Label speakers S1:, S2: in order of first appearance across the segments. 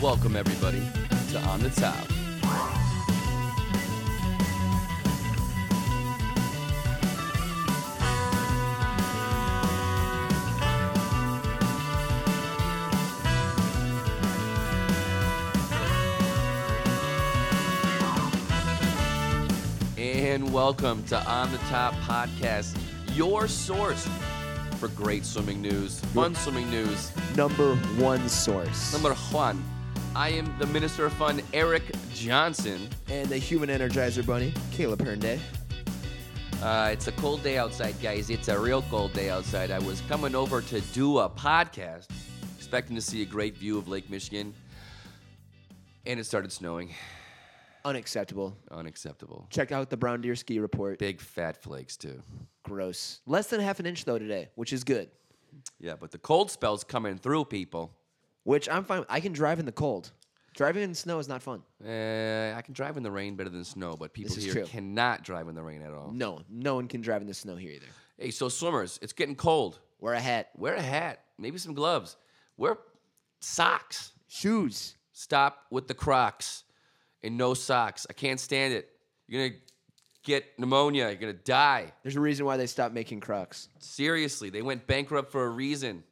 S1: Welcome, everybody, to On the Top. And welcome to On the Top Podcast, your source for great swimming news, fun swimming news.
S2: Number one source.
S1: Number one, I am the Minister of Fun, Eric Johnson.
S2: and the human energizer bunny, Caleb Hernday.
S1: Uh, it's a cold day outside, guys. It's a real cold day outside. I was coming over to do a podcast, expecting to see a great view of Lake Michigan, and it started snowing.
S2: Unacceptable.
S1: Unacceptable.
S2: Check out the brown deer ski report.
S1: Big fat flakes, too.
S2: Gross. Less than half an inch though today, which is good.
S1: Yeah, but the cold spell's coming through, people.
S2: Which I'm fine. I can drive in the cold. Driving in snow is not fun.
S1: Uh, I can drive in the rain better than snow, but people
S2: This is
S1: here
S2: true.
S1: cannot drive in the rain at all.
S2: No, no one can drive in the snow here either.
S1: Hey, so swimmers, it's getting cold.
S2: Wear a hat,
S1: Wear a hat, maybe some gloves, wear socks.
S2: shoes.
S1: Stop with the Crocs and no socks. I can't stand it. You're gonna get pneumonia. You're gonna die.
S2: There's a reason why they stopped making Crocs.
S1: Seriously, they went bankrupt for a reason.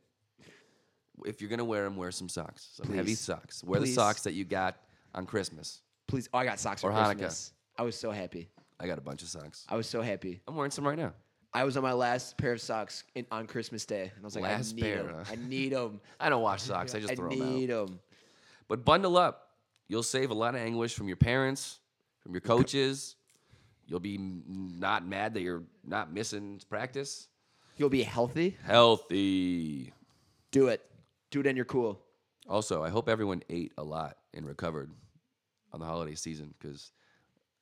S1: If you're gonna wear them, wear some socks. Some heavy
S2: Please.
S1: socks. Wear the
S2: Please.
S1: socks that you got on Christmas.
S2: Please. Oh, I got socks for
S1: Or Hanukkah.
S2: Christmas. I was so happy.
S1: I got a bunch of socks.
S2: I was so happy.
S1: I'm wearing some right now.
S2: I was on my last pair of socks in, on Christmas Day, and I was like,
S1: Last
S2: I need
S1: pair,
S2: 'em.
S1: huh?
S2: I need them.
S1: I don't wash socks. I just
S2: I
S1: throw them out.
S2: need them.
S1: But bundle up. You'll save a lot of anguish from your parents, from your coaches. You'll be m- not mad that you're not missing practice.
S2: You'll be healthy.
S1: Healthy.
S2: Do it. Do it and you're cool.
S1: Also, I hope everyone ate a lot and recovered on the holiday season because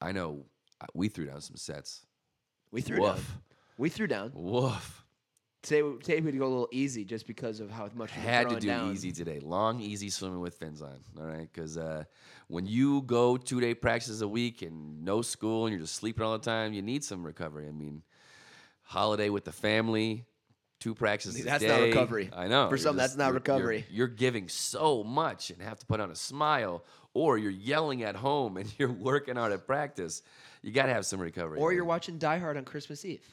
S1: I know uh, we threw down some sets.
S2: We threw
S1: Woof.
S2: down. We threw down.
S1: Woof.
S2: Today, we- today we had to go a little easy just because of how much we were
S1: Had to
S2: throwing
S1: do
S2: down.
S1: easy today. Long, easy swimming with fins on. All right. Because uh, when you go two day practices a week and no school and you're just sleeping all the time, you need some recovery. I mean, holiday with the family, two practices a
S2: That's
S1: day.
S2: not recovery.
S1: I know.
S2: For
S1: You're
S2: some, that's not
S1: you're- you're-
S2: recovery.
S1: You're, giving so much and have to put on a smile, or you're yelling at home and you're working out at practice. You got to have some recovery.
S2: Or you're
S1: man.
S2: watching Die Hard on Christmas Eve,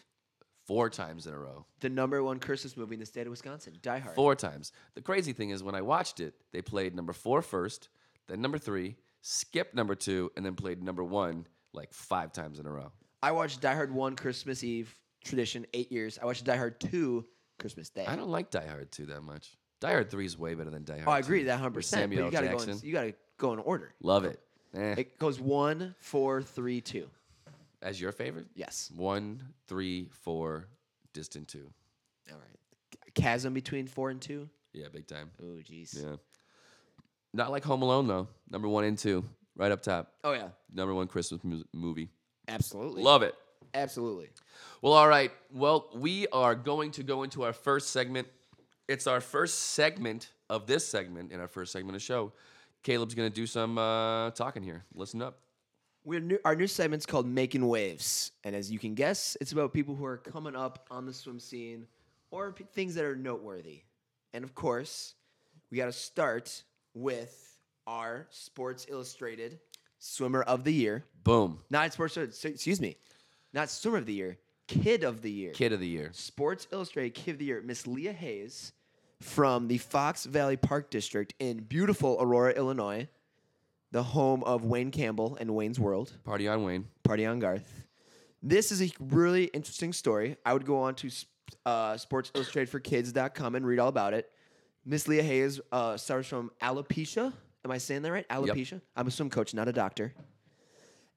S1: four times in a row.
S2: the number one Christmas movie in the state of Wisconsin. Die Hard.
S1: Four times. The crazy thing is, when I watched it, they played number four first, then number three, skipped number two, and then played number one like five times in a row.
S2: I watched Die Hard one Christmas Eve tradition eight years. I watched Die Hard two Christmas Day.
S1: I don't like Die Hard 2 that much. Die Hard 3 is way better than Die Hard
S2: oh, I
S1: 2.
S2: agree that
S1: With
S2: hundred percent. But
S1: Samuel
S2: you gotta
S1: Jackson.
S2: go. In, you gotta go in order.
S1: Love it. Eh,
S2: It goes one, four, three, two.
S1: As your favorite?
S2: Yes.
S1: One, three, four, distant two.
S2: All right. Chasm between four and two.
S1: Yeah, big time.
S2: Oh, jeez.
S1: Yeah. Not like Home Alone, though. Number one and two, right up top.
S2: Oh yeah.
S1: Number one Christmas mu- movie.
S2: Absolutely.
S1: Love it.
S2: Absolutely.
S1: Well, all right. Well, we are going to go into our first segment. It's our first segment of this segment and our first segment of the show. Caleb's going to do some uh, talking here. Listen up.
S2: We're new, our new segment's called Making Waves, and as you can guess, it's about people who are coming up on the swim scene or p- things that are noteworthy. And of course, we got to start with our Sports Illustrated Swimmer of the Year.
S1: Boom.
S2: Not Sports, Illustrated, s- excuse me, not Swimmer of the Year, Kid of the Year.
S1: Kid of the year.
S2: Sports Illustrated Kid of the Year, Miss Leah Hayes from the Fox Valley Park District in beautiful Aurora, Illinois, the home of Wayne Campbell and Wayne's World.
S1: Party on, Wayne.
S2: Party on Garth. This is a really interesting story. I would go on to s- uh, sportsillustratedforkids.com and read all about it. Miss Leah Hayes uh, suffers from alopecia. Am I saying that right? Alopecia. I'm a swim coach, not a doctor.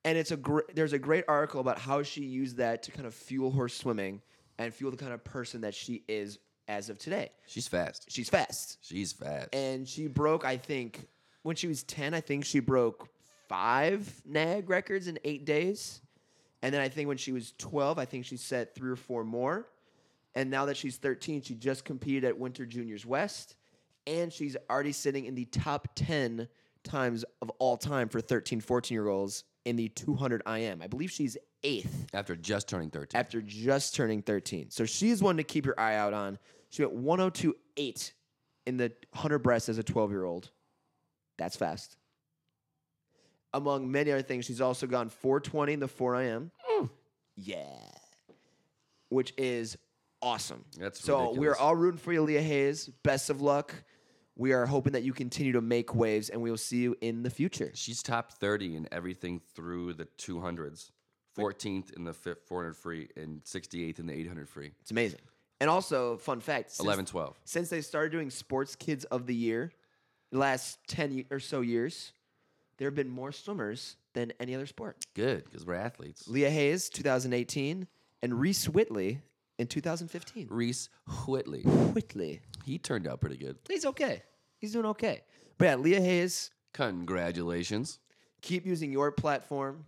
S2: And it's a gr- there's a great article about how she used that to kind of fuel her swimming and fuel the kind of person that she is as of today.
S1: She's fast.
S2: She's fast,
S1: She's fast.
S2: and she broke. I think when she was ten, I think she broke five nag records in eight days, and then I think when she was twelve, I think she set three or four more. And now that she's thirteen, she just competed at Winter Juniors West, and she's already sitting in the top ten times of all time for 13, 14 year olds in the 200 IM. I believe she's eighth
S1: After just turning 13.
S2: after just turning 13. So she's one to keep your eye out oh on. She went 1028 in the 100 breast as a 12 year old. That's fast. Among many other things, she's also gone 420 in the 4 IM.
S1: Mm.
S2: Yeah. Which is awesome.
S1: That's
S2: so we're
S1: ridiculous.
S2: all rooting for you, Leah Hayes. Best of luck. We are hoping that you continue to make waves and we will see you in the future.
S1: She's top 30 in everything through the 200s, 14th in the fi- 400 free, and 68th in the 800 free.
S2: It's amazing. And also, fun fact since-
S1: 11, 12.
S2: since they started doing Sports Kids of the Year, the last 10 ye- or so years, there have been more swimmers than any other sport.
S1: Good, because we're athletes.
S2: Leah Hayes, 2018, and Reese Whitley in 2015.
S1: Reese Whitley.
S2: Whitley.
S1: He turned out pretty good.
S2: He's okay. He's doing okay. But yeah, Leah Hayes,
S1: Congratulations.
S2: keep using your platform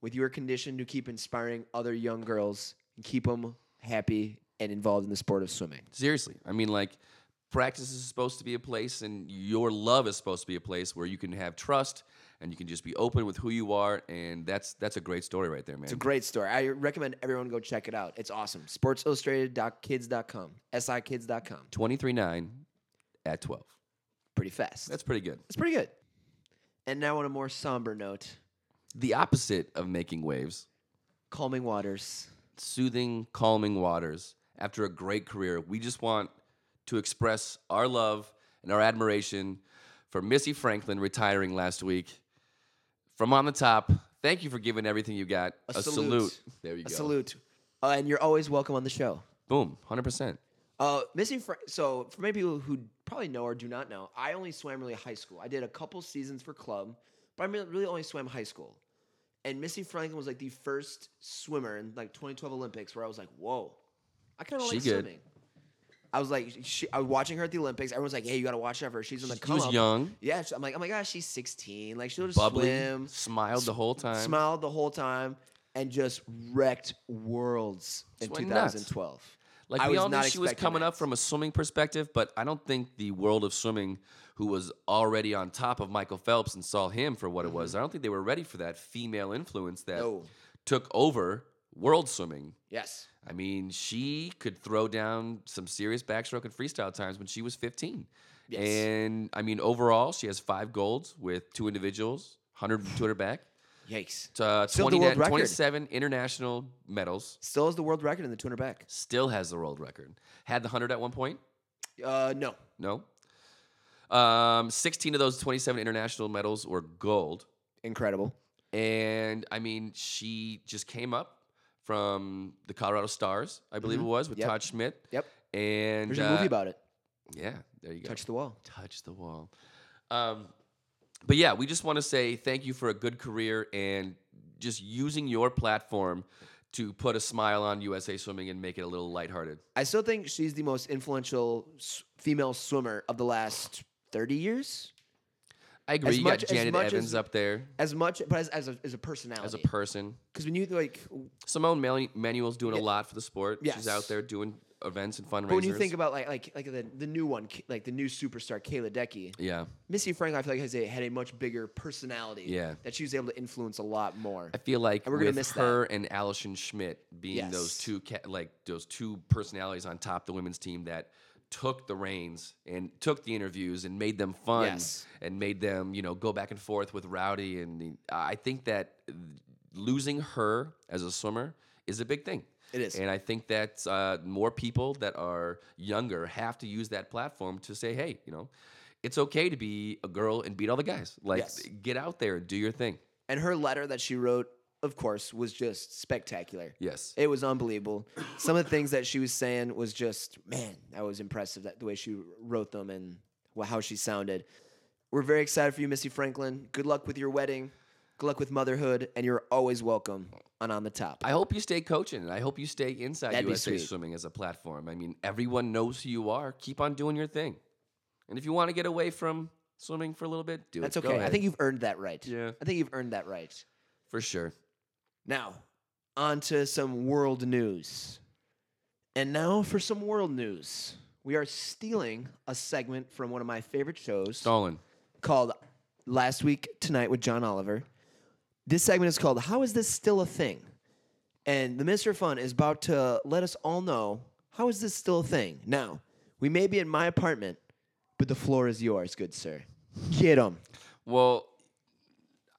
S2: with your condition to keep inspiring other young girls and keep them happy and involved in the sport of swimming.
S1: Seriously. I mean, like, practice is supposed to be a place, and your love is supposed to be a place where you can have trust and you can just be open with who you are. And that's that's a great story right there, man.
S2: It's a great story. I recommend everyone go check it out. It's awesome. Sportsillustrated.kids.com, sikids.com.
S1: 23 9 at 12.
S2: Pretty fast.
S1: That's pretty good.
S2: That's pretty good. And now on a more somber note,
S1: The opposite of making waves.
S2: calming waters.
S1: soothing, calming waters. After a great career, we just want to express our love and our admiration for Missy Franklin retiring last week. From on the top, thank you for giving everything you got.
S2: A
S1: A,
S2: salute.
S1: salute. There you
S2: A
S1: go.
S2: salute. Uh, and you're always welcome on the show.
S1: Boom, 100%.
S2: Uh, Missy, Fra- so for many people who probably know or do not know, I only swam really high school. I did a couple seasons for club, but I really- really only swam high school. And Missy Franklin was like the first swimmer in like 2012 Olympics where I was like, whoa, I kind of
S1: She
S2: like
S1: good.
S2: swimming. I was like, she, I was watching her at the Olympics. Everyone's like, hey, you got to watch out for her. She's on the
S1: She
S2: come
S1: was
S2: up.
S1: young,
S2: Yeah, she- I'm like, oh my gosh, she's 16. Like she'll just
S1: bubbly,
S2: swim,
S1: smiled the whole time.
S2: smiled the whole time, and just wrecked worlds in
S1: Just went nuts.
S2: 2012.
S1: Like
S2: I
S1: we
S2: was
S1: all knew
S2: not
S1: she was
S2: expecting
S1: coming
S2: that.
S1: up from a swimming perspective, but I don't think the world of swimming, who was already on top of Michael Phelps and saw him for what it was, I don't think they were ready for that female influence that
S2: Mm-hmm. No.
S1: took over world swimming.
S2: Yes.
S1: I mean, she could throw down some serious backstroke and freestyle times when she was 15.
S2: Yes.
S1: And I mean, overall, she has five golds with two individuals, 100 and 200 back,
S2: Yikes.
S1: t- uh,
S2: Still the
S1: 20
S2: world record.
S1: 27 international medals.
S2: Still has the world record in the 200 back.
S1: Still has the world record. Had the 100 at one point.
S2: Uh, no.
S1: No. Um, 16 of those 27 international medals were gold.
S2: Incredible.
S1: And I mean, she just came up from the Colorado Stars, I believe it was, with
S2: Mm-hmm. Yep.
S1: Todd Schmidt.
S2: Yep.
S1: And
S2: There's a movie
S1: uh,
S2: about it.
S1: yeah, there you go.
S2: Touch the wall.
S1: Touch the wall. Um, but yeah, we just want to say thank you for a good career and just using your platform to put a smile on USA Swimming and make it a little lighthearted.
S2: I still think she's the most influential s- female swimmer of the last 30 years.
S1: I agree.
S2: As
S1: you
S2: much-
S1: got
S2: as
S1: Janet
S2: much as-
S1: Evans up there
S2: As much, but as, as, a, as a
S1: as a
S2: personality.
S1: person.
S2: Because when you like,
S1: Simone Manu- Manuel's doing a lot for the sport.
S2: Yes.
S1: She's out there doing events and fundraisers.
S2: but when you think about like like like the, the new one, K- like the new superstar Kayla Decky,
S1: yeah,
S2: Missy Franklin, I feel like has a, had a much bigger personality.
S1: Yeah.
S2: that she was able to influence a lot more.
S1: I feel like
S2: we're
S1: with
S2: gonna miss that.
S1: her and Allison Schmidt being
S2: Yes.
S1: those two ca- like those two personalities on top of the women's team that took the reins and took the interviews and made them fun
S2: Yes.
S1: and made them you know go back and forth with Rowdy and the, I think that losing her as a swimmer is a big thing.
S2: It is.
S1: and I think that uh, more people that are younger have to use that platform to say, hey, you know, it's okay to be a girl and beat all the guys. Like,
S2: Yes.
S1: get out there and do your thing.
S2: And her letter that she wrote, of course, was just spectacular.
S1: Yes.
S2: It was unbelievable. Some of the things that she was saying was just, man, that was impressive. That the way she wrote them and wh- how she sounded. We're very excited for you, Missy Franklin. Good luck with your wedding. Good luck with motherhood, and you're always welcome on on the top.
S1: I hope you stay coaching. and I hope you stay inside
S2: That'd be
S1: USA
S2: sweet.
S1: Swimming as a platform. I mean, everyone knows who you are. Keep on doing your thing. And if you want to get away from swimming for a little bit, do
S2: That's
S1: it. Go
S2: okay. I
S1: ahead.
S2: think you've earned that right.
S1: Yeah.
S2: I think you've earned that right.
S1: for sure.
S2: Now, on to some world news. And now for some world news. We are stealing a segment from one of my favorite shows
S1: Stalin.
S2: called Last Week Tonight with John Oliver. This segment is called How Is This Still a Thing? And the Minister of Fun is about to let us all know how is this still a thing? Now, we may be in my apartment, but the floor is yours, good sir. Get him.
S1: Well,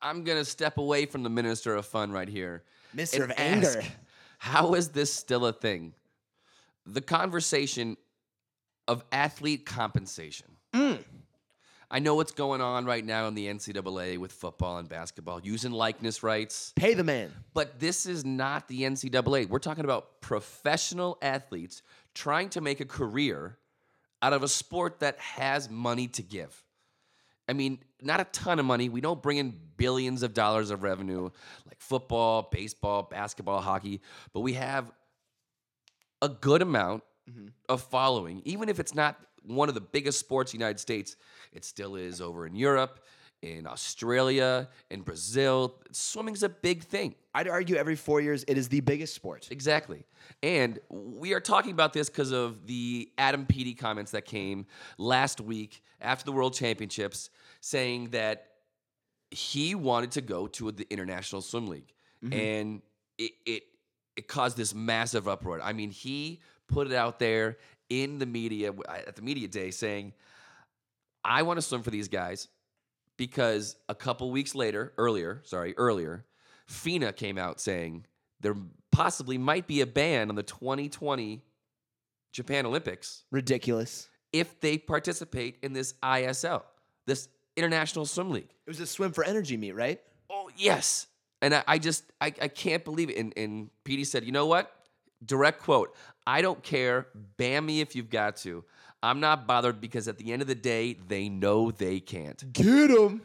S1: I'm gonna step away from the minister of fun right here.
S2: Mister
S1: and
S2: of anger.
S1: ask, How is this still a thing? The conversation of athlete compensation.
S2: Mm.
S1: I know what's going on right now in the NCAA with football and basketball, using likeness rights.
S2: Pay the man.
S1: But this is not the NCAA. We're talking about professional athletes trying to make a career out of a sport that has money to give. I mean, not a ton of money. We don't bring in billions of dollars of revenue like football, baseball, basketball, hockey, but we have a good amount of following. Even if it's not one of the biggest sports in the United States, it still is over in Europe, in Australia, in Brazil. Swimming's a big thing.
S2: I'd argue every four years it is the biggest sport.
S1: Exactly. And we are talking about this because of the Adam Peaty comments that came last week after the World Championships saying that he wanted to go to the International Swim League. And it, it it caused this massive uproar. I mean, he put it out there in the media at the media day saying, "I want to swim for these guys because a couple weeks later, earlier, sorry, earlier, FINA came out saying there possibly might be a ban on the 2020 Japan Olympics
S2: Ridiculous.
S1: if they participate in this ISL, this International Swim League.
S2: It was a swim for energy meet, right?
S1: Oh, yes. And I, I just, I, I can't believe it. And, and Petey said, you know what? Direct quote, I don't care. Ban me if you've got to. I'm not bothered because at the end of the day, they know they can't.
S2: Get him.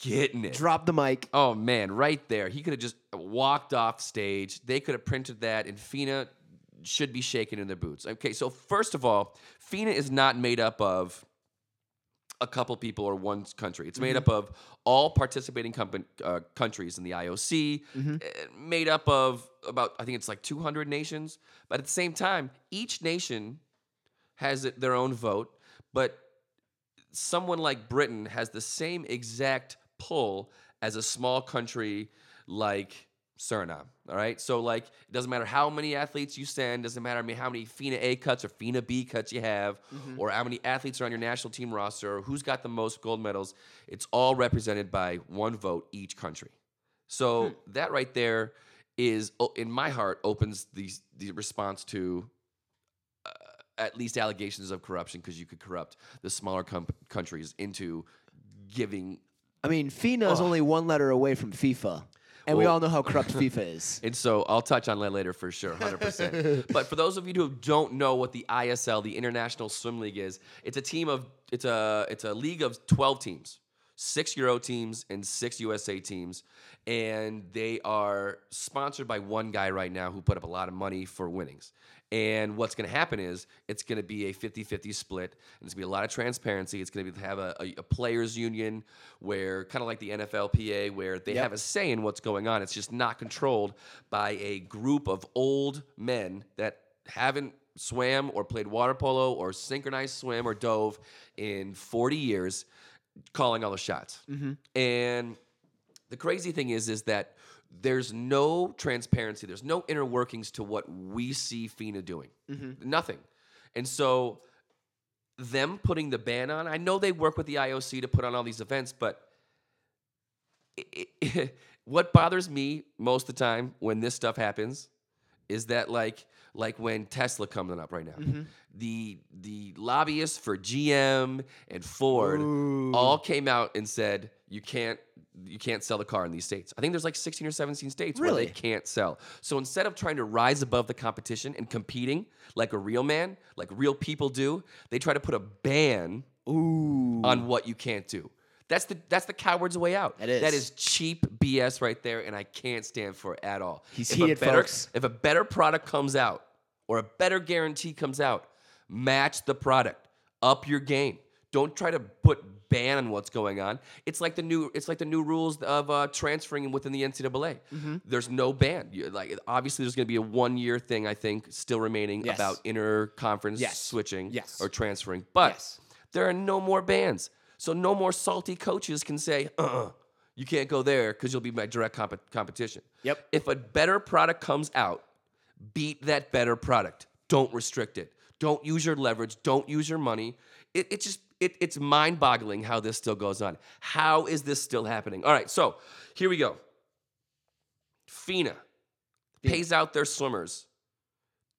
S1: Getting it.
S2: Drop the mic.
S1: Oh man, right there. He could have just walked off stage. They could have printed that, and FINA should be shaken in their boots. Okay, so first of all, FINA is not made up of a couple people or one country. It's made up of all participating compan- uh, countries in the IOC, eh, made up of about, I think it's like 200 nations. But at the same time, each nation has it- their own vote, but someone like Britain has the same exact pull as a small country like Suriname. All right. So like it doesn't matter how many athletes you send, doesn't matter I mean, how many FINA A cuts or FINA B cuts you have,
S2: Mm-hmm.
S1: or how many athletes are on your national team roster, or who's got the most gold medals. It's all represented by one vote each country. So that right there is o- in my heart opens the the response to uh, at least allegations of corruption because you could corrupt the smaller com- countries into giving.
S2: I mean, FINA is only one letter away from FIFA. And we
S1: Well-
S2: all know how corrupt FIFA is.
S1: And so I'll touch on that later for sure, 100%. but for those of you who don't know what the ISL, the International Swim League is, it's a team of it's a it's a league of 12 teams. 6 Euro teams and 6 USA teams and they are sponsored by one guy right now who put up a lot of money for winnings. And what's going to happen is it's going to be a 50 50 split. And it's going to be a lot of transparency. It's going to have a, a, a players' union where, kind of like the NFLPA, where they have a say in what's going on. It's just not controlled by a group of old men that haven't swam or played water polo or synchronized swim or dove in 40 years calling all the shots. And the crazy thing is is that there's no transparency there's no inner workings to what we see fina doing nothing and so them putting the ban on i know they work with the ioc to put on all these events but it, it, what bothers me most of the time when this stuff happens is that like like when Tesla coming up right now, the the lobbyists for GM and Ford all came out and said you can't you can't sell the car in these states. I think there's like 16 or 17 states where
S2: Really?
S1: they can't sell. So instead of trying to rise above the competition and competing like a real man, like real people do, they try to put a ban
S2: Ooh.
S1: on what you can't do. That's the that's the coward's way out.
S2: That is.
S1: That is cheap BS right there, and I can't stand for it at all.
S2: He's
S1: If a
S2: heated,
S1: better,
S2: folks.
S1: If a better product comes out or a better guarantee comes out, match the product. Up your game. Don't try to put ban on what's going on. It's like the new it's like the new rules of uh, transferring within the NCAA.
S2: Mm-hmm.
S1: There's no ban. You, like obviously there's going to be a one year thing I think still remaining
S2: Yes.
S1: about inter conference
S2: Yes.
S1: switching
S2: Yes.
S1: or transferring, but
S2: Yes.
S1: there are no more bans. So no more salty coaches can say, uh-uh, you can't go there because you'll be my direct comp- competition.
S2: Yep.
S1: If a better product comes out, beat that better product. Don't restrict it. Don't use your leverage. Don't use your money. it, it just it, it's mind-boggling how this still goes on. How is this still happening? All right, so here we go. FINA
S2: Yeah.
S1: pays out their swimmers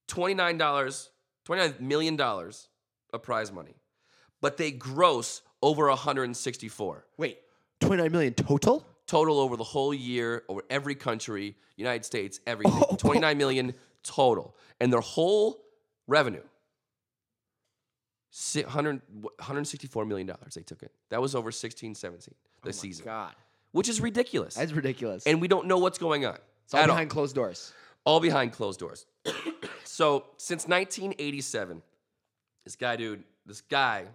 S1: $29, $29 million of prize money, but they gross over 164
S2: Wait, 29 million total?
S1: Oh total over the whole year, over every country, United States, everything.
S2: Oh,
S1: 29 million total. And their whole revenue, si- 100 $164 million dollars they took it. That was over 16, 17, the season,
S2: Oh God.
S1: which is ridiculous.
S2: That's ridiculous.
S1: and we don't know what's going on.
S2: it's all
S1: at all.
S2: behind closed doors.
S1: all behind closed doors. so since 1987, this guy, dude, this guy,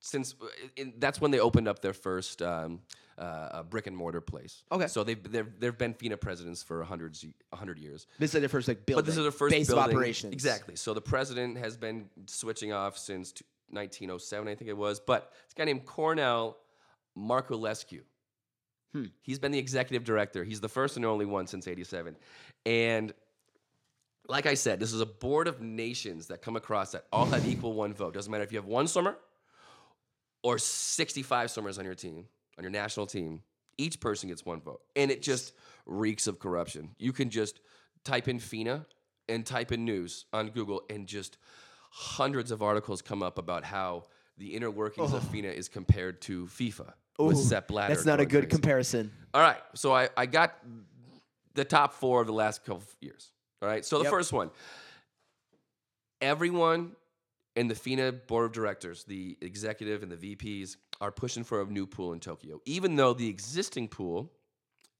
S1: since uh, in, that's when they opened up their first um, uh, uh, brick and mortar place.
S2: Okay.
S1: So they've they've, they've been FINA presidents for hundreds hundred years.
S2: This is their first like building.
S1: But this is their first
S2: base
S1: building.
S2: of operations.
S1: Exactly. So the president has been switching off since t- 1907, I think it was. But this guy named Cornell Marculescu.
S2: Hmm.
S1: He's been the executive director. He's the first and only one since 87. And like I said, this is a board of nations that come across that all have equal one vote. Doesn't matter if you have one swimmer or 65 swimmers on your team, on your national team. Each person gets one vote. And it just reeks of corruption. You can just type in FINA and type in news on Google, and just hundreds of articles come up about how the inner workings of FINA is compared to FIFA with
S2: Ooh,
S1: Sepp Blatter.
S2: That's not a
S1: going
S2: good
S1: crazy.
S2: comparison.
S1: All right, so I, I got the top four of the last couple of years. All right, so the
S2: Yep.
S1: first one, everyone in the FINA board of directors, the executive and the VPs, are pushing for a new pool in Tokyo, even though the existing pool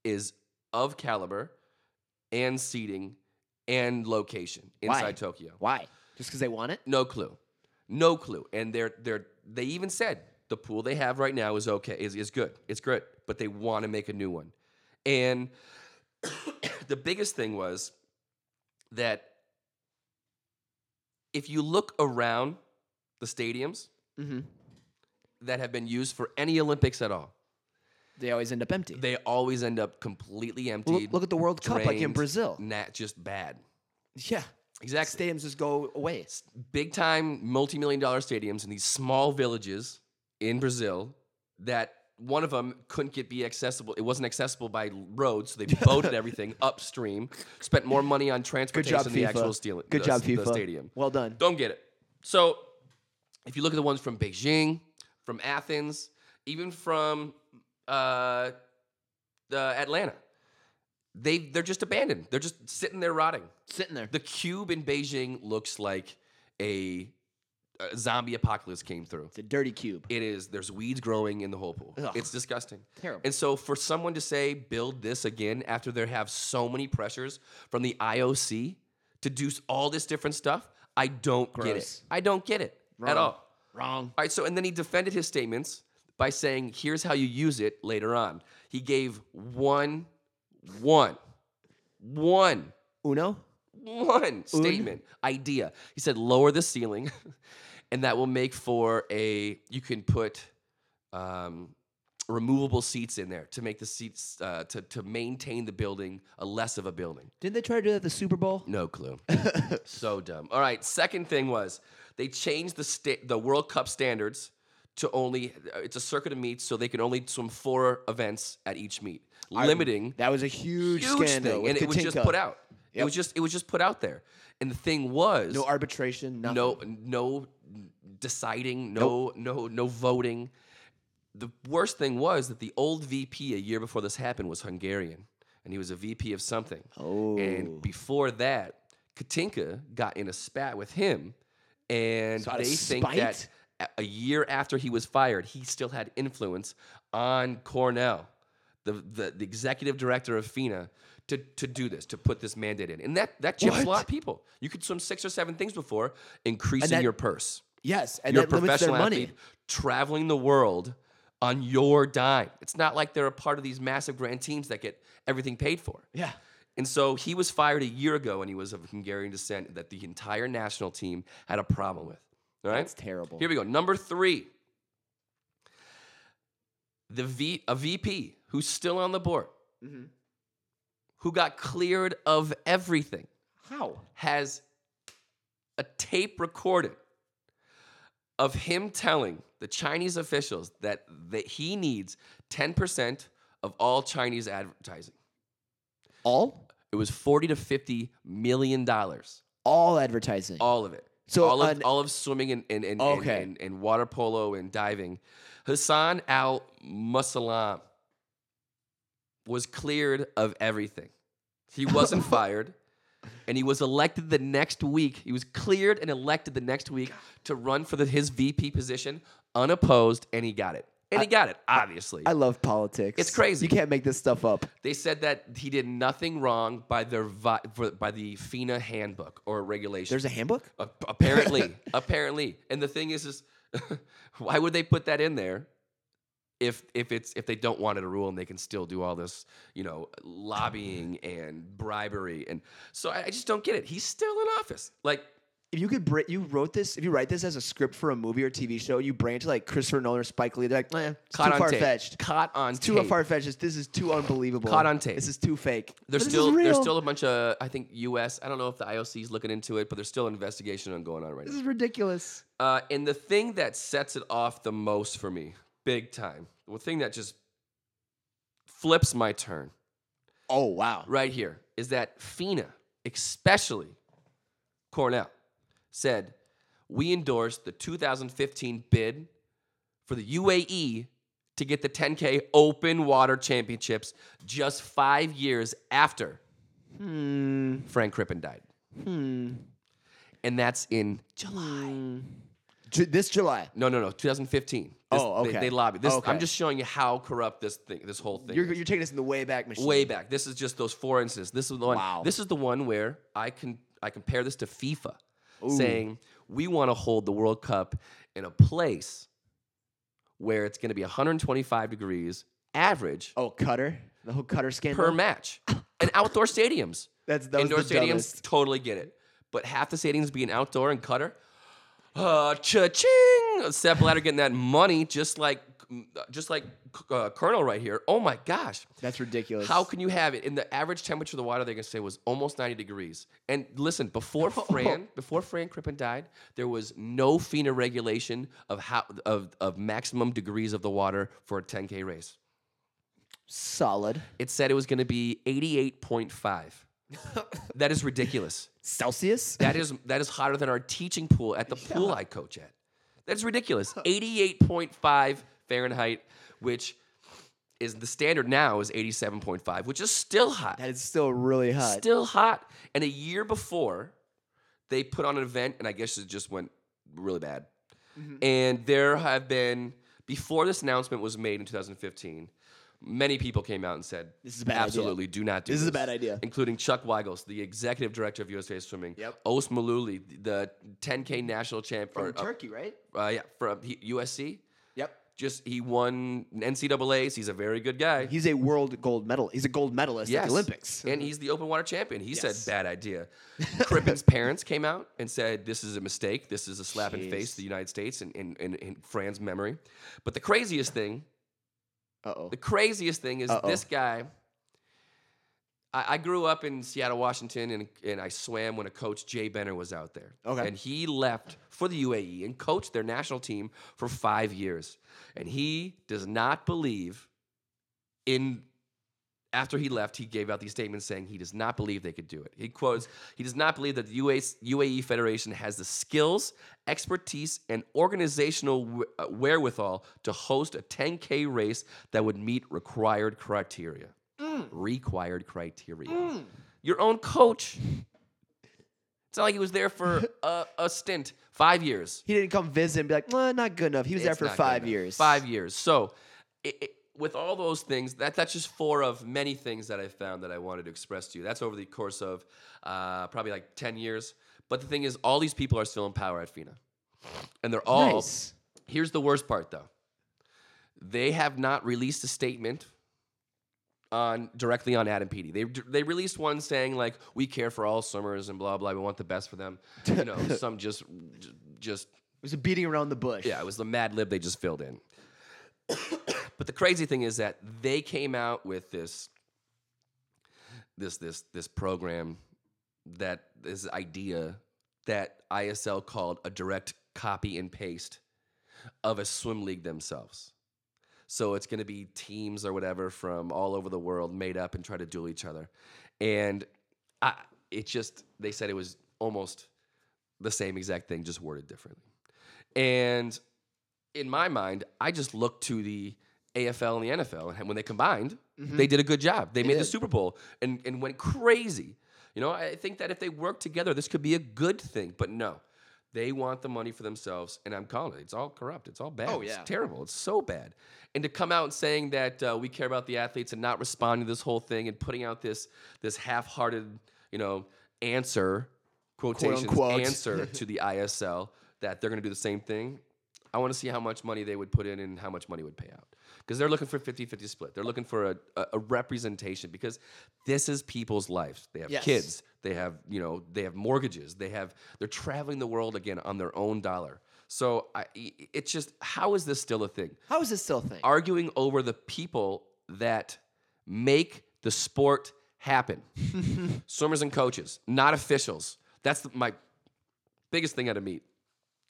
S1: is of caliber and seating and location inside
S2: Why?
S1: Tokyo.
S2: Why? Just because they want it?
S1: No clue. No clue. And they're they're they even said the pool they have right now is okay, is, is good. It's good. But they want to make a new one. And the biggest thing was that if you look around the stadiums
S2: Mm-hmm.
S1: that have been used for any Olympics at all,
S2: They always end up empty.
S1: they always end up completely
S2: Well,
S1: emptied.
S2: look at the World Cup, like in
S1: drained,
S2: Brazil.
S1: Not just bad.
S2: Yeah,
S1: Exactly.
S2: stadiums just go away.
S1: big time multi million dollar stadiums in these small villages in Brazil that one of them couldn't get be accessible. It wasn't accessible by roads, so they boated everything upstream. Spent more money on
S2: Good
S1: transportation
S2: job,
S1: than
S2: FIFA.
S1: the actual steel,
S2: Good
S1: the,
S2: job,
S1: the
S2: FIFA.
S1: stadium.
S2: Well done.
S1: Don't get it. So if you look at the ones from Beijing, from Athens, even from uh, the Atlanta, they they're just abandoned. They're just sitting there rotting.
S2: Sitting there.
S1: The cube in Beijing looks like a, a zombie apocalypse came through.
S2: It's a dirty cube.
S1: It is. There's weeds growing in the whole pool.
S2: Ugh.
S1: It's disgusting.
S2: Terrible.
S1: And so for someone to say build this again after there have so many pressures from the IOC to do s- all this different stuff, I don't get it.
S2: Gross.
S1: I don't get it at
S2: Wrong.
S1: all.
S2: Wrong.
S1: All right, so and then he defended his statements by saying, "Here's how you use it later on." He gave one, one, one
S2: Uno.
S1: one statement idea. He said lower the ceiling, and that will make for a you can put um, removable seats in there to make the seats uh, to to maintain the building a less of a building.
S2: Didn't they try to do that at the Super Bowl?
S1: No clue. so dumb. All right. Second thing was they changed the sta- the World Cup standards to only it's a circuit of meets, so they can only swim four events at each meet, limiting
S2: That was a huge,
S1: huge
S2: scandal.
S1: thing,
S2: with
S1: and it was just
S2: Katinka.
S1: put out. It
S2: Yep.
S1: was just it was just put out there, and the thing was
S2: No arbitration. Nothing.
S1: no no deciding, no no no voting. The worst thing was that the old VP a year before this happened was Hungarian, and he was a VP of something.
S2: Oh.
S1: And before that, Katinka got in a spat with him, and
S2: So out of
S1: they think that
S2: spite?
S1: a- a year after he was fired, he still had influence on Cornell, the the, the executive director of FINA, to, to do this, to put this mandate in. And that, that chips
S2: What?
S1: a lot of people. You could swim six or seven things before increasing
S2: that-
S1: your purse.
S2: Yes, and
S1: You're a
S2: that limits their
S1: professional
S2: money.
S1: athlete traveling the world on your dime. It's not like they're a part of these massive grand teams that get everything paid for.
S2: Yeah.
S1: And so he was fired a year ago, and he was of Hungarian descent that the entire national team had a problem with. All right,
S2: That's terrible.
S1: here we go. Number three, the v, a VP who's still on the board,
S2: Mhm.
S1: who got cleared of everything,
S2: How?
S1: has a tape recorded of him telling the Chinese officials that, that he needs 10% of all Chinese advertising.
S2: All?
S1: It was 40 to 50 million dollars.
S2: All advertising.
S1: All of it.
S2: So
S1: all of,
S2: an-
S1: all of swimming and, and, and,
S2: Okay.
S1: and, and, and water polo and diving. Hassan Al Musalam was cleared of everything. He wasn't fired. And he was elected the next week. He was cleared and elected the next week to run for the, his VP position unopposed, and he got it. And he got it, obviously.
S2: I love politics.
S1: It's crazy.
S2: You can't make this stuff up.
S1: They said that he did nothing wrong by their vi- for- by the FINA handbook or regulation.
S2: There's a handbook?
S1: A- apparently, apparently. And the thing is, is why would they put that in there if if it's if they don't want it a rule and they can still do all this, you know, lobbying and bribery and so I, I just don't get it. He's still in office. Like
S2: If you could, br- you wrote this. If you write this as a script for a movie or TV show, you branch like Christopher Nolan or Spike Lee. They're like, eh, it's
S1: caught
S2: too
S1: on
S2: far
S1: tape.
S2: fetched.
S1: Caught on
S2: Too
S1: tape.
S2: far fetched. This is too unbelievable.
S1: Caught on tape.
S2: This is too fake.
S1: There's
S2: But this
S1: still
S2: Is real.
S1: there's still a bunch of I think U.S. I don't know if the IOC is looking into it, but there's still an investigation on going on right now.
S2: This is ridiculous.
S1: Uh, and the thing that sets it off the most for me, big time, the thing that just flips my turn
S2: Oh wow.
S1: right here is that FINA, especially Cornell, said, We endorsed the 2015 bid for the UAE to get the 10K Open Water Championships just five years after Hmm. Frank Crippen died.
S2: Hmm.
S1: And that's in
S2: July. Ju- this July.
S1: No, no, no. 2015. This-
S2: Oh,
S1: they- They,
S2: okay.
S1: lobbied. This,
S2: Okay.
S1: I'm just showing you how corrupt this thing, this whole thing.
S2: You're,
S1: is.
S2: you're taking us in the way back machine.
S1: Way back. This is just those four instances. This is the one.
S2: Wow.
S1: This is the one where I can I compare this to FIFA, saying we want to hold the World Cup in a place where it's going to be 125 degrees average
S2: Oh, Cutter. The whole Cutter scandal.
S1: per match, and outdoor stadiums.
S2: That's Oh. that was
S1: Indoor
S2: the
S1: stadiums
S2: dumbest.
S1: totally get it, but half the stadiums being outdoor and cutter, uh, cha-ching! Sepp Blatter getting that money, just like, just like uh, Colonel right here. Oh my gosh,
S2: That's ridiculous.
S1: how can you have it? And the average temperature of the water they can say was almost 90 degrees. And listen, before Fran, before Fran Crippen died, there was no FINA regulation of how of of maximum degrees of the water for a 10k race.
S2: solid
S1: It said it was going to be 88.5. that is ridiculous.
S2: Celsius?
S1: That is that is hotter than our teaching pool at the pool I coach at. That's ridiculous. 88.5 Fahrenheit, which is the standard now is 87.5, which is still hot.
S2: that is still really hot.
S1: Still hot. And a year before, they put on an event, and I guess it just went really bad.
S2: Mm-hmm.
S1: And there have been before this announcement was made in 2015, many people came out and said,
S2: This is a bad idea.
S1: Absolutely, do not do
S2: This
S1: this
S2: is a bad idea.
S1: including Chuck Weigels, the executive director of USA Swimming.
S2: Yep.
S1: Os Maluli, the 10K national champ or, uh,
S2: Turkey, right?
S1: uh, yeah, from he- USC.
S2: Yep.
S1: Just he won NCAA's. He's a very good guy.
S2: He's a world gold medal. He's a gold medalist at
S1: Yes.
S2: the Olympics.
S1: And he's the open water champion. He
S2: Uh-huh. Yes.
S1: said, bad idea. Crippen's parents came out and said, this is a mistake. This is a slap in the face to the United States and in, in, in Fran's memory. But the craziest thing,
S2: Uh oh.
S1: the craziest thing is
S2: Uh-oh.
S1: this guy. I, I grew up in Seattle, Washington, and, and I swam when a coach, Jay Benner, was out there.
S2: Okay.
S1: And he left for the UAE and coached their national team for five years. And he does not believe in after he left, he gave out these statements saying he does not believe they could do it. He quotes, he does not believe that the UAE, UAE E Federation has the skills, expertise, and organizational w- uh, wherewithal to host a 10K race that would meet required criteria. Required criteria. Your own coach. It's not like he was there for a, a stint, five years.
S2: He didn't come visit and be like, well, not good enough. He was there
S1: It's
S2: for
S1: not good
S2: five
S1: enough.
S2: years.
S1: Five years. So, it, it, with all those things, that that's just four of many things that I found that I wanted to express to you. That's over the course of uh, probably like ten years. But the thing is, all these people are still in power at FINA, and they're all.
S2: Nice.
S1: Here's the worst part, though. They have not released a statement on directly on Adam Peaty. They they released one saying like we care for all swimmers and blah blah. We want the best for them. You know, some just just
S2: It was a beating around the bush.
S1: yeah, it was the Mad Lib they just filled in. but the crazy thing is that they came out with this this this this program that this idea that ISL called a direct copy and paste of a swim league themselves. So it's going to be teams or whatever from all over the world made up and try to duel each other. And I, it just, they said it was almost the same exact thing, just worded differently. And in my mind, I just looked to the AFL and the NFL, and when they combined, they did a good job. They, made the
S2: Mm-hmm. did.
S1: Super Bowl and, and went crazy. You know, I think that if they work together, this could be a good thing. But no, they want the money for themselves, and I'm calling it. It's all corrupt. It's all bad.
S2: Oh,
S1: It's
S2: yeah.
S1: terrible. It's so bad. And to come out and saying that uh, we care about the athletes and not responding to this whole thing and putting out this this half-hearted, you know, answer quotations
S2: unquote.
S1: answer to the ISL that they're going to do the same thing. I want to see how much money they would put in and how much money would pay out. Because they're looking for 50 50 split. They're looking for a, a, a representation because this is people's lives. They have
S2: Yes.
S1: kids. They have, you know, they have mortgages. They have, they're traveling the world again on their own dollar. So I, i- it's just, how is this still a thing?
S2: How is this still a thing?
S1: arguing over the people that make the sport happen. Swimmers and coaches, not officials. That's the, my biggest thing out of meet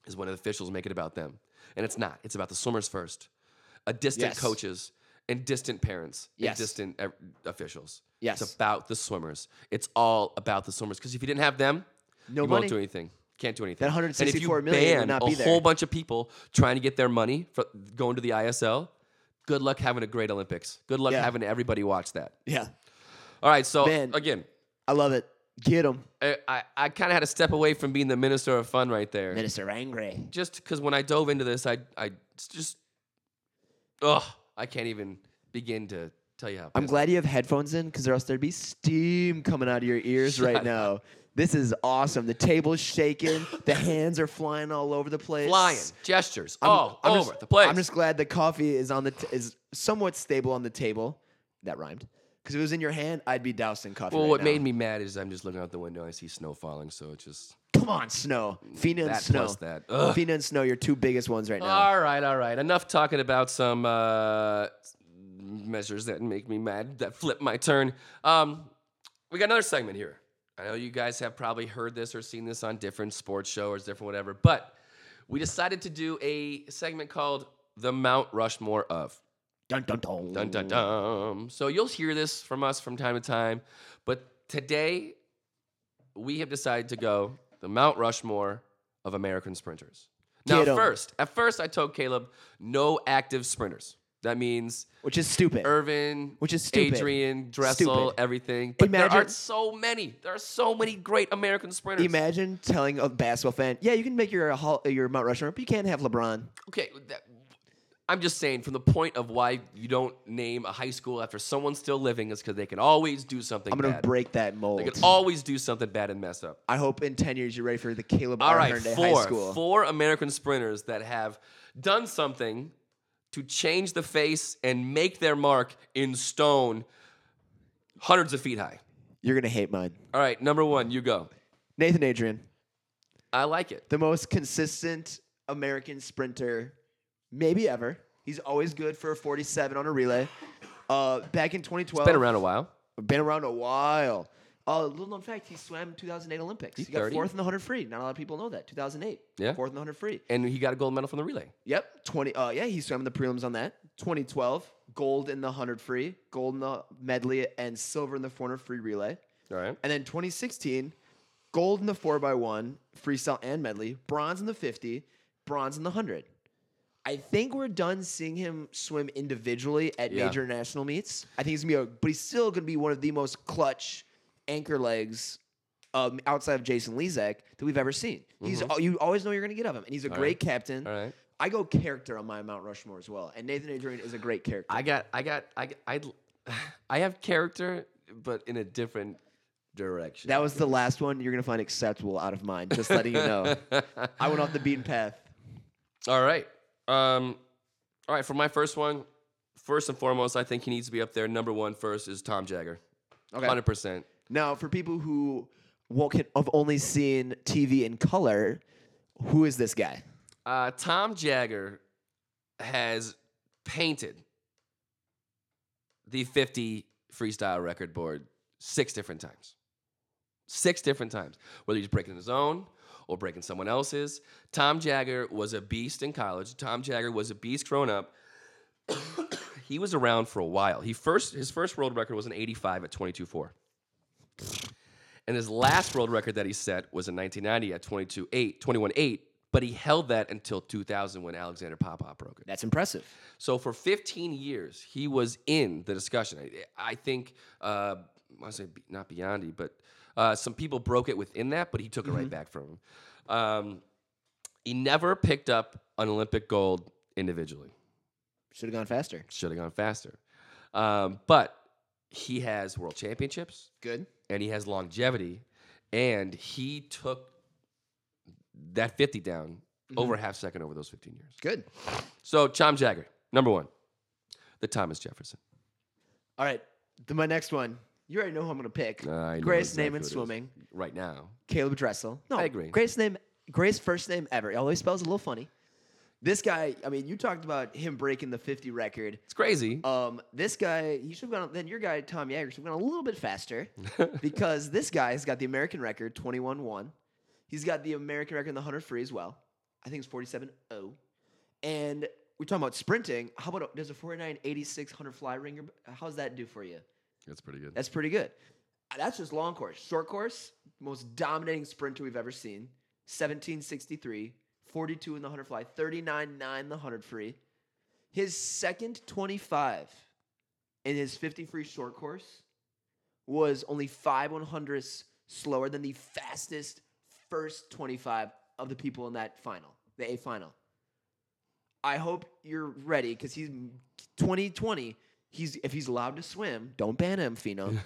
S1: is when officials make it about them, and it's not. It's about the swimmers first, a distant
S2: Yes.
S1: coaches and distant parents
S2: Yes.
S1: and distant ev- officials.
S2: Yes.
S1: it's about the swimmers. It's all about the swimmers because if you didn't have them,
S2: No
S1: you
S2: money.
S1: won't do anything. Can't do anything.
S2: That $164
S1: and
S2: million
S1: if
S2: would
S1: you ban
S2: not
S1: a
S2: be there.
S1: whole bunch of people trying to get their money for going to the ISL, good luck having a great Olympics. Good luck
S2: Yeah.
S1: having everybody watch that.
S2: yeah,
S1: All right, so
S2: Man.
S1: again,
S2: I love it. Get him,
S1: I, I, I kind of had to step away from being the minister of fun right there,
S2: Minister Angry.
S1: just because when I dove into this, I I just, ugh, I can't even begin to tell you how.
S2: I'm
S1: pissed.
S2: glad you have headphones in, because or else there'd be steam coming out of your ears
S1: Shut
S2: right now. This is awesome. The table's shaking. the hands are flying all over the place.
S1: flying gestures
S2: I'm-
S1: all
S2: I'm
S1: over
S2: just,
S1: the place.
S2: I'm just glad the coffee is on the t- is somewhat stable on the table. That rhymed. Because if it was in your hand, I'd be doused in coffee.
S1: well,
S2: right
S1: what
S2: now.
S1: made me mad is I'm just looking out the window. I see snow falling, so it just
S2: Come on, snow. Fina and
S1: that
S2: snow.
S1: plus that. Ugh.
S2: Fina and snow, your two biggest ones right now.
S1: All right, all right. Enough talking about some uh, measures that make me mad, that flip my turn. Um, we got another segment here. I know you guys have probably heard this or seen this on different sports shows, different whatever, but we decided to do a segment called The Mount Rushmore of.
S2: Dun dun dun.
S1: Dun, dun, dun. So you'll hear this from us from time to time, but today we have decided to go the Mount Rushmore of American sprinters. Now,
S2: Get 'em.
S1: first, at first, I told Caleb no active sprinters. That means
S2: Which is stupid.
S1: Irvin,
S2: Which is stupid.
S1: Adrian, Dressel,
S2: Stupid.
S1: everything. But there are
S2: Imagine-
S1: so many. There are so many great American sprinters.
S2: Imagine telling a basketball fan, "Yeah, you can make your hall- your Mount Rushmore, but you can't have LeBron."
S1: okay, that, I'm just saying from the point of why you don't name a high school after someone still living is because they can always do something.
S2: I'm gonna
S1: bad.
S2: break that
S1: They
S2: mold.
S1: could always do something bad and mess up.
S2: I hope in ten years you're ready for the Caleb
S1: All
S2: R.
S1: right,
S2: Herndon
S1: four,
S2: High School.
S1: four American sprinters that have done something to change the face and make their mark in stone, hundreds of feet high.
S2: You're gonna hate mine.
S1: All right, number one, you go.
S2: Nathan Adrian,
S1: I like it.
S2: the most consistent American sprinter, maybe ever. He's always good for a 47 on a relay. Uh, back in 2012,
S1: Been around a while.
S2: been around a while. Uh, little known fact, he swam 2008 Olympics. he got
S1: 30?
S2: fourth in the 100 free. Not a lot of people know that. 2008,
S1: Yeah.
S2: fourth in the 100 free.
S1: And he got a gold medal from the relay.
S2: Yep, 20. Uh, yeah, he swam in the prelims on that. 2012, gold in the 100 free, gold in the medley, and silver in the 400 free relay.
S1: All right.
S2: And then 2016, gold in the 4x1, freestyle and medley, bronze in the 50, bronze in the 100. I think we're done seeing him swim individually at
S1: Yeah.
S2: major national meets. I think he's gonna be, a, but he's still gonna be one of the most clutch anchor legs um, outside of Jason Lezak that we've ever seen. He's al- you always know you're gonna get of him, and he's a great captain.
S1: Mm-hmm. All right.
S2: I go character on my Mount Rushmore as well, and Nathan Adrian is a great character.
S1: I got, I got, I, I, I have character, but in a different direction.
S2: that was the last one you're gonna find acceptable out of mine. Just letting you know, I went off the beaten path.
S1: All right. Um, all right. For my first one, first and foremost, I think he needs to be up there. Number one first is Tom Jagger.
S2: Okay.
S1: Hundred percent.
S2: Now, for people who won't can, have only seen TV in color, who is this guy?
S1: Uh, Tom Jagger has painted the 50 freestyle record board six different times. Six different times. Whether he's breaking his own or breaking someone else's. Tom Jagger was a beast in college. Tom Jagger was a beast growing up. he was around for a while. He first his first world record was an 85 at 22.4. And his last world record that he set was in 1990 at 22.8, 21.8, but he held that until 2000 when Alexander Popov broke it.
S2: That's impressive.
S1: So for 15 years, he was in the discussion. I, I think, uh, I say be- not Biondi, but uh, some people broke it within that, but he took it right back from him. Um, he never picked up an Olympic gold individually.
S2: Should have gone faster.
S1: Should have gone faster. Um, but he has world championships
S2: Good.
S1: and he has longevity, and he took that 50 down over a half second over those 15 years.
S2: Good.
S1: So, Tom Jagger, number one, the Thomas Jefferson.
S2: All right. Then my next one. You already know who I'm gonna pick.
S1: I know
S2: greatest
S1: exactly
S2: name in
S1: who it is.
S2: swimming.
S1: right now.
S2: Caleb Dressel. No,
S1: I agree.
S2: Greatest name, greatest first name ever. It always spells a little funny. This guy, I mean, you talked about him breaking the 50 record.
S1: It's crazy.
S2: Um, this guy, he should have gone. Then your guy, Tom Yeager, should have gone a little bit faster because this guy has got the American record, 21-1. He's got the American record in the 100 free as well. I think it's 47-0. And we're talking about sprinting. How about a- does a 49-86 100 fly ringer? How's that do for you?
S1: That's pretty good.
S2: That's pretty good. That's just long course. Short course, most dominating sprinter we've ever seen. 1763, 42 in the 100 fly, 39 9 in the 100 free. His second 25 in his 50 free short course was only 5 100ths slower than the fastest first 25 of the people in that final, the A final. I hope you're ready because he's 2020. He's if he's allowed to swim, don't ban him, Fino.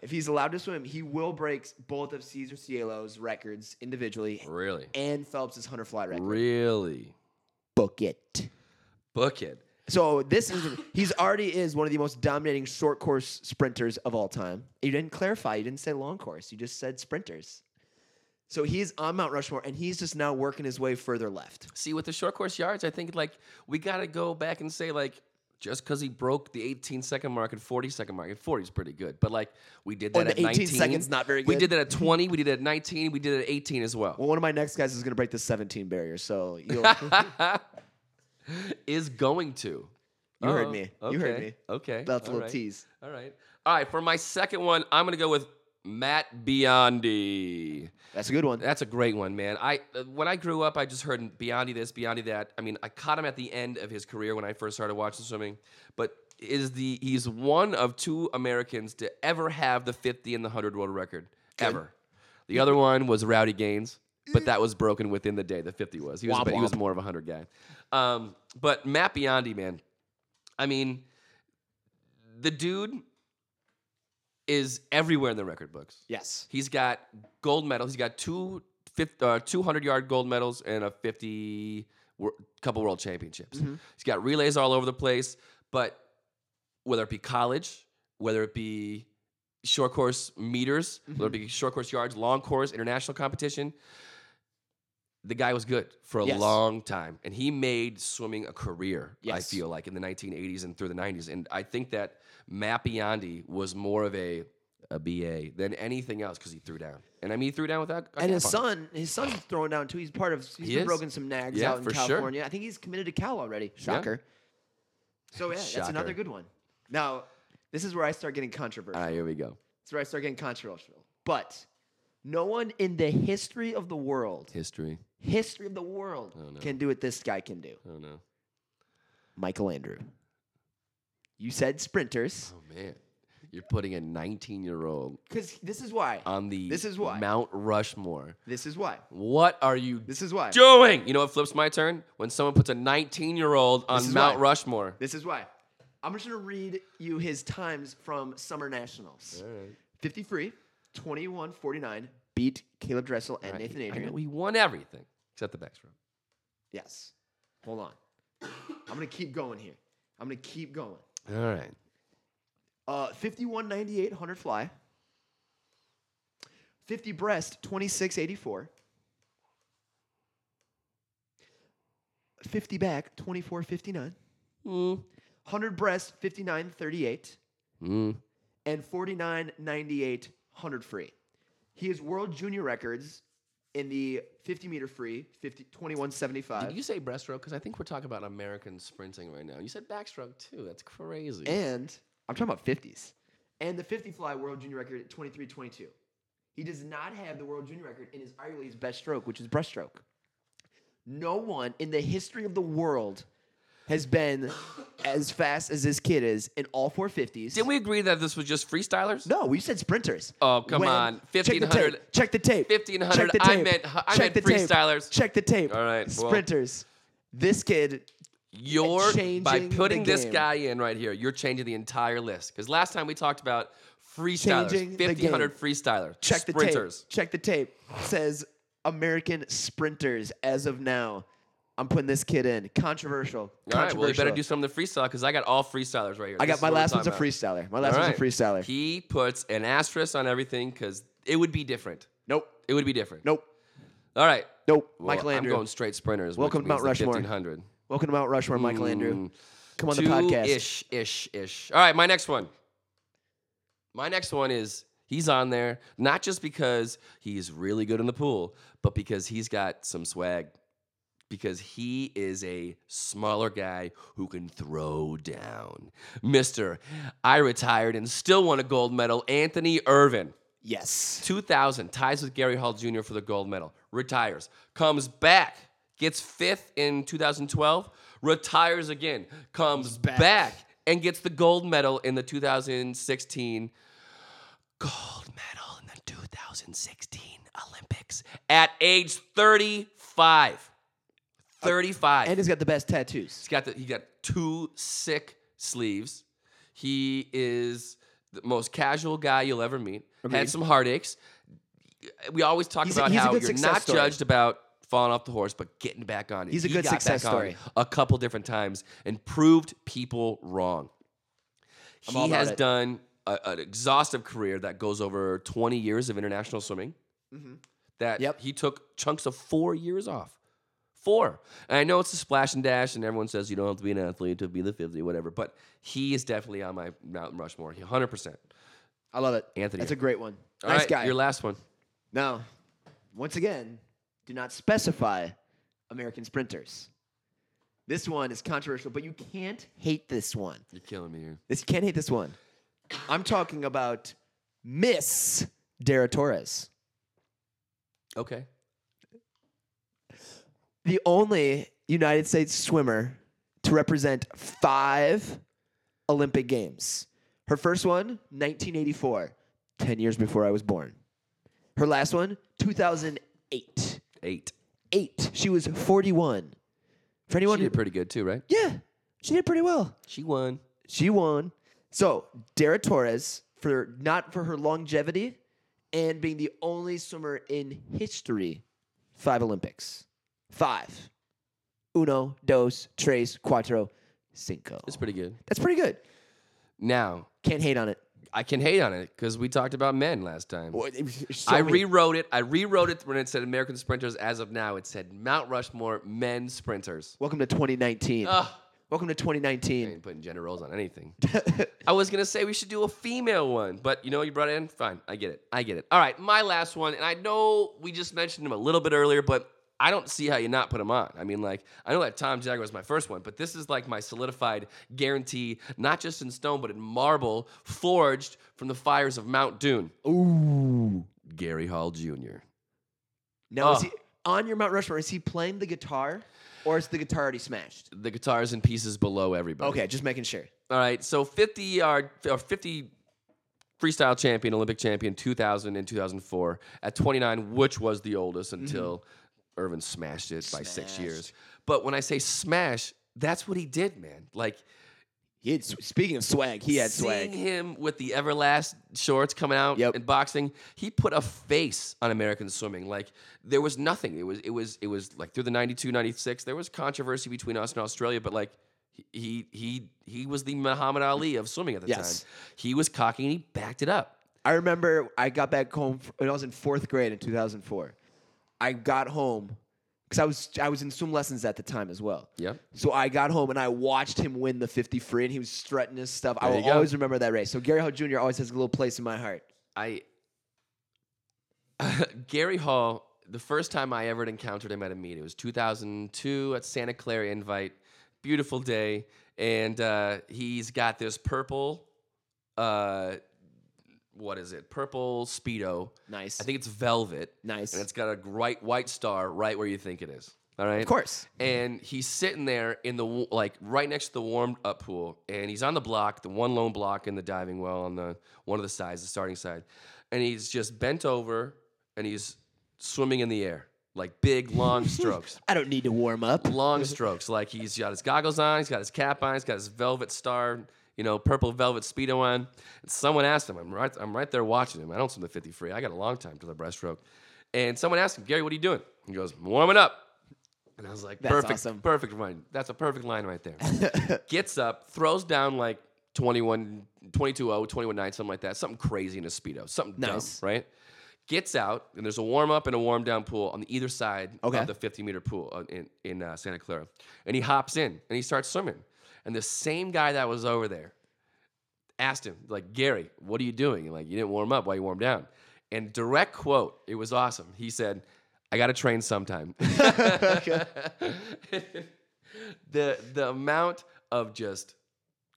S2: if he's allowed to swim, he will break both of Caesar Cielo's records individually
S1: really?
S2: and Phelps' hunter fly record.
S1: Really?
S2: Book it.
S1: Book it.
S2: So this is he's already is one of the most dominating short course sprinters of all time. You didn't clarify. You didn't say long course. You just said sprinters. So he's on Mount Rushmore, and he's just now working his way further left.
S1: See, with the short course yards, I think like we gotta go back and say like just because he broke the 18 second mark and 40 second mark, and 40 is pretty good. But like we did
S2: Or
S1: that at
S2: the 18
S1: 19
S2: seconds, not very
S1: We
S2: good.
S1: did that at 20. We did it at 19. We did it at 18 as well.
S2: Well, one of my next guys is going to break the 17 barrier. So you'll,
S1: is going to. Oh,
S2: You heard me. You heard me.
S1: Okay.
S2: that's a
S1: All
S2: little
S1: right.
S2: tease.
S1: All right. All right. For my second one, I'm gonna go with Matt Biondi.
S2: That's a good one.
S1: That's a great one, man. I uh, when I grew up, I just heard Beyondi this, Beyondi that. I mean, I caught him at the end of his career when I first started watching swimming, but is the he's one of two Americans to ever have the 50 and the 100 world record ever. The other one was Rowdy Gaines, but that was broken within the day. The 50 was. He was,
S2: Womp
S1: but he
S2: womp.
S1: was more of a 100 guy. Um, but Matt Beyondi, man. I mean, the dude is everywhere in the record books.
S2: Yes.
S1: He's got gold medals. He's got two fif- uh, 200 yard gold medals and a 50 wor- couple world championships.
S2: Mm-hmm.
S1: He's got relays all over the place, but whether it be college, whether it be short course meters, whether it
S2: Mm-hmm.
S1: be short course yards, long course, international competition, the guy was good for a
S2: Yes.
S1: long time. And he made swimming a career, I
S2: Yes.
S1: feel like, in the 1980s and through the 90s. And I think that Mappiondi was more of a a BA than anything else because he threw down. And I mean, he threw down without. a
S2: And his
S1: cap on.
S2: son, his son's throwing down too. He's part of. He's
S1: He
S2: been
S1: is?
S2: broken some nags
S1: Yeah,
S2: out in
S1: for sure.
S2: California. I think he's committed to Cal already. Shocker. So yeah, that's another
S1: Shocker.
S2: good one. Now, this is where I start getting controversial.
S1: All right, here we go.
S2: That's where I start getting controversial. But no one in the history of the world,
S1: History.
S2: history of the world,
S1: Oh, no.
S2: can do what this guy can do.
S1: Oh no.
S2: Michael Andrew. You said sprinters,
S1: Oh man, you're putting a 19 year old
S2: because this is why.
S1: on the
S2: This is why.
S1: Mount Rushmore.
S2: this is why.
S1: What are you
S2: This is why.
S1: doing? You know what flips my turn when someone puts a 19 year old
S2: This
S1: on
S2: is
S1: Mount
S2: why.
S1: Rushmore.
S2: This is why. I'm just going to read you his times from Summer Nationals. 50 free, 21 49, beat Caleb Dressel and Nathan
S1: I know
S2: Adrian.
S1: he won everything except the backstroke.
S2: Yes. Hold on. I'm going to keep going here. I'm going to keep going.
S1: All right.
S2: Uh, 51 98, 100 fly. 50 breast, 26 84. 50 back, 24 59.
S1: Mm-hmm.
S2: 100 breast, 59 38.
S1: Mm.
S2: and 49.98 100 free. He has world junior records in the 50 meter free, 50, 2175.
S1: Did you say breaststroke? Because I think we're talking about American sprinting right now. You said backstroke too. That's crazy.
S2: and I'm talking about 50s. And the 50 fly world junior record at 23.22. He does not have the world junior record in his arguably his best stroke, which is breaststroke. No one in the history of the world has been as fast as this kid is in all four 50s.
S1: Did we agree that this was just freestylers?
S2: No, we said sprinters.
S1: Oh, come on.
S2: Check the
S1: 1500
S2: tape. Check the tape.
S1: 1500
S2: Check the
S1: I
S2: tape.
S1: meant- I meant
S2: Check the tape.
S1: freestylers.
S2: Check the tape.
S1: All right, well.
S2: Sprinters. This kid.
S1: You're by
S2: changing the
S1: putting this
S2: game.
S1: guy in right here, you're changing the entire list. Because last time we talked about freestylers,
S2: Changing the game.
S1: 1500 freestylers,
S2: Check the
S1: sprinters.
S2: tape. Check the tape. Says American sprinters as of now. I'm putting this kid in. Controversial.
S1: All right, well, you
S2: Controversial.
S1: better do something to freestyle because I got all freestylers right here.
S2: I
S1: This
S2: got
S1: is
S2: my
S1: what we're
S2: last one's a
S1: talking about.
S2: freestyler. My last
S1: All
S2: one's a
S1: right.
S2: freestyler.
S1: He puts an asterisk on everything because it would be different.
S2: nope.
S1: It would be different.
S2: Nope.
S1: All right.
S2: Nope.
S1: Well,
S2: Michael Andrew.
S1: I'm going straight sprinters.
S2: Welcome to
S1: which means
S2: Mount Rushmore.
S1: The 1500.
S2: Welcome to Mount Rushmore, Michael
S1: Hmm.
S2: Andrew. Come on the podcast.
S1: Ish, ish, ish. All right, my next one. My next one is he's on there not just because he's really good in the pool, but because he's got some swag. Because he is a smaller guy who can throw down. Mister, I retired and still won a gold medal. Anthony Irvin.
S2: Yes.
S1: 2000 ties with Gary Hall Jr. for the gold medal, retires, comes back, gets fifth in 2012, retires again, comes back.
S2: back.
S1: and gets the gold medal in the 2016 gold medal in the 2016 Olympics at age 35. 35.
S2: And he's got the best tattoos.
S1: He's got the, he got two sick sleeves. He is the most casual guy you'll ever meet. Had some heartaches. We always talk
S2: He's a-
S1: about
S2: he's a
S1: how
S2: good
S1: you're
S2: success
S1: not
S2: story.
S1: judged about falling off the horse, but getting back on it.
S2: He's a
S1: He
S2: good
S1: got back
S2: success
S1: on
S2: story.
S1: it A couple different times and proved people wrong.
S2: all
S1: he
S2: about
S1: has
S2: it.
S1: done a, an exhaustive career that goes over 20 years of international swimming. That
S2: Mm-hmm. Yep.
S1: he took chunks of four years off. Four. And I know it's a splash and dash, and everyone says you don't have to be an athlete to be the 50, whatever, but he is definitely on my Mount Rushmore. He- 100%.
S2: I love it.
S1: Anthony.
S2: That's a great one.
S1: All
S2: nice
S1: right,
S2: guy.
S1: Your last one.
S2: Now, once again, do not specify American sprinters. This one is controversial, but you can't hate this one.
S1: You're killing me here.
S2: This you can't hate this one. I'm talking about Miss Dara Torres,
S1: Okay.
S2: the only United States swimmer to represent five Olympic Games. Her first one, 1984, 10 years before I was born. Her last one, 2008.
S1: Eight.
S2: eight. She was 41. For anyone
S1: She
S2: who,
S1: did pretty good too, right?
S2: yeah, she did pretty well.
S1: She won.
S2: She won. So Dara Torres for not for her longevity and being the only swimmer in history, five Olympics, five, uno, dos, tres, cuatro, cinco.
S1: It's pretty good.
S2: That's pretty good.
S1: Now,
S2: Can't hate on it.
S1: I can hate on it because we talked about men last time.
S2: Boy, there's so
S1: I
S2: many-
S1: rewrote it. I rewrote it when it said American Sprinters. As of now, it said Mount Rushmore Men Sprinters.
S2: Welcome to 2019.
S1: Ugh.
S2: Welcome to 2019.
S1: ain't putting gender roles on anything. I was gonna say we should do a female one, but you know what you brought in. Fine, I get it. I get it. All right, my last one, and I know we just mentioned him a little bit earlier, but I don't see how you not put him on. I mean, like I know that Tom Jagger was my first one, but this is like my solidified guarantee, not just in stone but in marble, forged from the fires of Mount Dune.
S2: Ooh.
S1: Gary Hall Jr.
S2: Now, is
S1: Oh.
S2: he on your Mount Rushmore? Is he playing the guitar, or is the guitar already smashed?
S1: The guitars and pieces below everybody.
S2: Okay, just making sure.
S1: All right, so 50 yard or 50 freestyle champion, Olympic champion 2000 and 2004 at 29, which was the oldest until Irvin smashed it by 6 years. But when I say smash, that's what he did, man. Like
S2: He had, speaking of swag, he had
S1: seeing
S2: swag.
S1: him with the Everlast shorts coming out
S2: Yep.
S1: in boxing, he put a face on American swimming. Like there was nothing. It was it was it was like through the 92 96 there was controversy between us and Australia, but like he he he was the Muhammad Ali of swimming at the
S2: Yes.
S1: time. He was cocky and he backed it up.
S2: I remember I got back home f- when I was in fourth grade in 2004. I got home because I was I was in swim lessons at the time as well.
S1: Yep.
S2: So I got home and I watched him win the 50 free, and he was strutting his stuff. I
S1: There
S2: will
S1: you go.
S2: always remember that race. So Gary Howe Jr. always has a little place in my heart.
S1: I Gary Hall the first time I ever encountered him at a meet. It was 2002 at Santa Clara Invite. Beautiful day, and uh, he's got this purple. Uh, what is it? Purple speedo.
S2: Nice.
S1: I think it's velvet.
S2: Nice.
S1: And it's got a right white star right where you think it is. All right.
S2: Of course.
S1: And he's sitting there in the wa- like right next to the warmed up pool, and he's on the block, the one lone block in the diving well on the one of the sides, the starting side, and he's just bent over and he's swimming in the air like big long strokes
S2: I don't need to warm up.
S1: long strokes. Like he's got his goggles on, he's got his cap on, he's got his velvet star, you know, purple velvet speedo on. And someone asked him, I'm right, I'm right there watching him. I don't swim the 50 free. I got a long time to the breaststroke. And someone asked him, Gary, what are you doing? He goes, I'm warming up. And I was like,
S2: That's
S1: perfect,
S2: awesome.
S1: perfect line. That's a perfect line right there. Gets up, throws down like 21, 22 0, 21 9, something like that. Something crazy in a Speedo. Something
S2: Nice.
S1: dumb, right? Gets out, and there's a warm up and a warm down pool on either side
S2: Okay.
S1: of the 50 meter pool uh, in, in uh, Santa Clara. And he hops in and he starts swimming. And the same guy that was over there asked him, like, Gary, what are you doing? And, like, you didn't warm up. Why you warm down? And direct quote, it was awesome. He said, I got to train sometime. the, the amount of just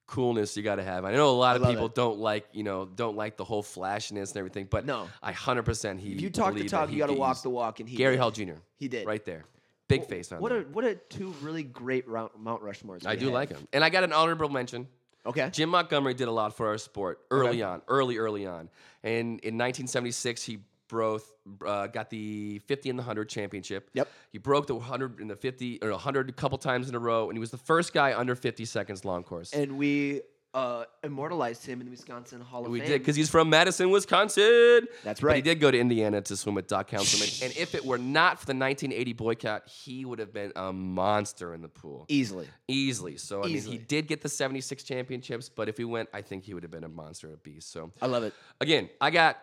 S1: coolness you got to have. I know a lot of
S2: love
S1: people
S2: it.
S1: don't like, you know, don't like the whole flashiness and everything, but
S2: No.
S1: I 100% he
S2: If you talk the
S1: believed
S2: talk,
S1: that
S2: you
S1: he
S2: got to
S1: could
S2: walk
S1: use-
S2: the walk. And he
S1: Gary
S2: did.
S1: Hall Jr.
S2: He did.
S1: Right there. Big face on
S2: What
S1: that.
S2: a what a two really great round, Mount Rushmores.
S1: I
S2: we
S1: do
S2: had.
S1: like him. And I got an honorable mention.
S2: Okay.
S1: Jim Montgomery did a lot for our sport early on, early, early on. And in 1976, he broth, uh, got the 50 and the 100 championship.
S2: Yep.
S1: He broke the 100 and the 50 or 100 a couple times in a row, and he was the first guy under 50 seconds long course.
S2: And we uh, immortalized him in the Wisconsin Hall of
S1: we
S2: Fame.
S1: did because he's from Madison, Wisconsin.
S2: That's
S1: But he
S2: right.
S1: did go to Indiana to swim with Doc Councilman, and if it were not for the 1980 boycott, he would have been a monster in the pool.
S2: easily.
S1: Easily. So, I
S2: E-, Easily.
S1: mean, he did get the 76 championships, but if he went, I think he would have been a monster, a beast. So,
S2: I love it.
S1: again, I got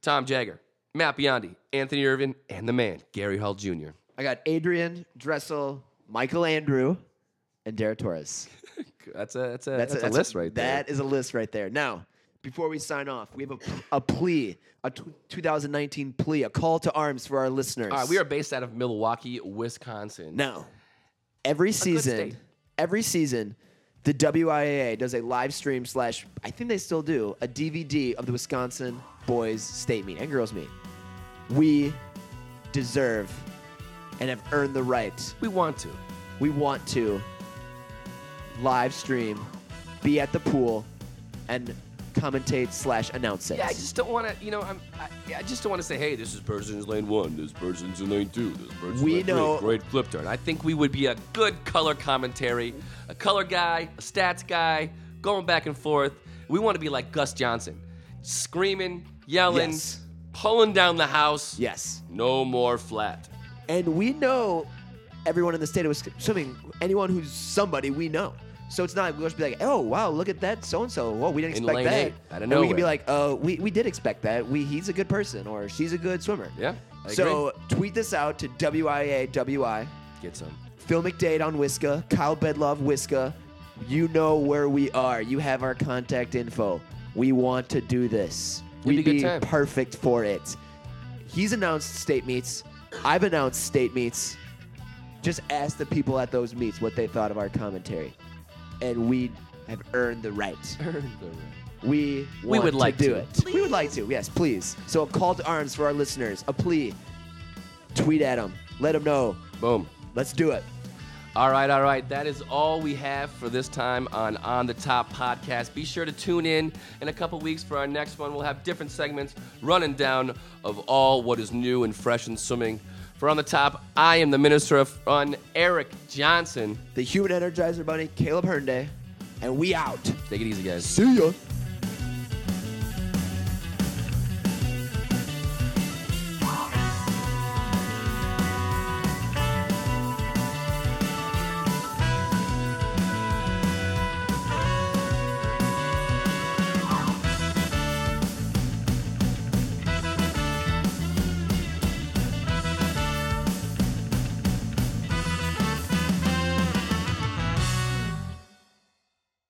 S1: Tom Jagger, Matt Biondi, Anthony Irvin, and the man, Gary Hall Jr.
S2: I got Adrian Dressel, Michael Andrew, and Dara Torres.
S1: That's a that's a that's, a, list right there.
S2: That is a list right there. Now, before we sign off, we have a, a plea, a tw 2019 plea, a call to arms for our listeners.
S1: All right, we are based out of Milwaukee, Wisconsin.
S2: Now, every season,
S1: state.
S2: every season, the WIAA does a live stream slash I think they still do a DVD of the Wisconsin boys state meet and girls meet. We deserve and have earned the right.
S1: we want to.
S2: We want to live stream, be at the pool, and commentate slash announce it.
S1: Yeah, I just don't want to. You know, I'm. I, yeah, I just don't want to say, hey, this is person's lane one, this person's in lane two, this person's
S2: We
S1: lane three,
S2: know-
S1: Great flip turn. I think we would be a good color commentary, a color guy, a stats guy, going back and forth. We want to be like Gus Johnson, screaming, yelling,
S2: Yes.
S1: pulling down the house.
S2: yes.
S1: No more flat.
S2: And we know everyone in the state of Wisconsin, swimming, anyone who's somebody we know. So it's not like we'll just be like, oh, wow, look at that so and so. Whoa, we didn't
S1: In
S2: expect
S1: lane
S2: that.
S1: eight, out of
S2: And we can be
S1: nowhere.
S2: like, oh, we, we did expect that. We He's a good person or she's a good swimmer.
S1: Yeah, I
S2: so tweet this out to WIAWI,
S1: Get some.
S2: Phil McDade on Wiska, Kyle Bedlove, Wiska. You know where we are. You have our contact info. We want to do this.
S1: It'd
S2: We'd
S1: be a good
S2: be
S1: time.
S2: perfect for it. He's announced state meets. I've announced state meets. Just ask the people at those meets what they thought of our commentary. And we have earned the right. We want
S1: would like
S2: do
S1: to.
S2: it. We would like to. Yes, please. So a call to arms for our listeners. A plea. Tweet at them. Let them know.
S1: Boom.
S2: Let's do it.
S1: All right, all right. That is all we have for this time on On the Top podcast. Be sure to tune in in a couple weeks for our next one. We'll have different segments running down of all what is new and fresh in swimming. For On the Top, I am the Minister of Fun, Eric Johnson.
S2: the human energizer bunny, Caleb Hernday, and we out.
S1: Take it easy, guys.
S2: See ya.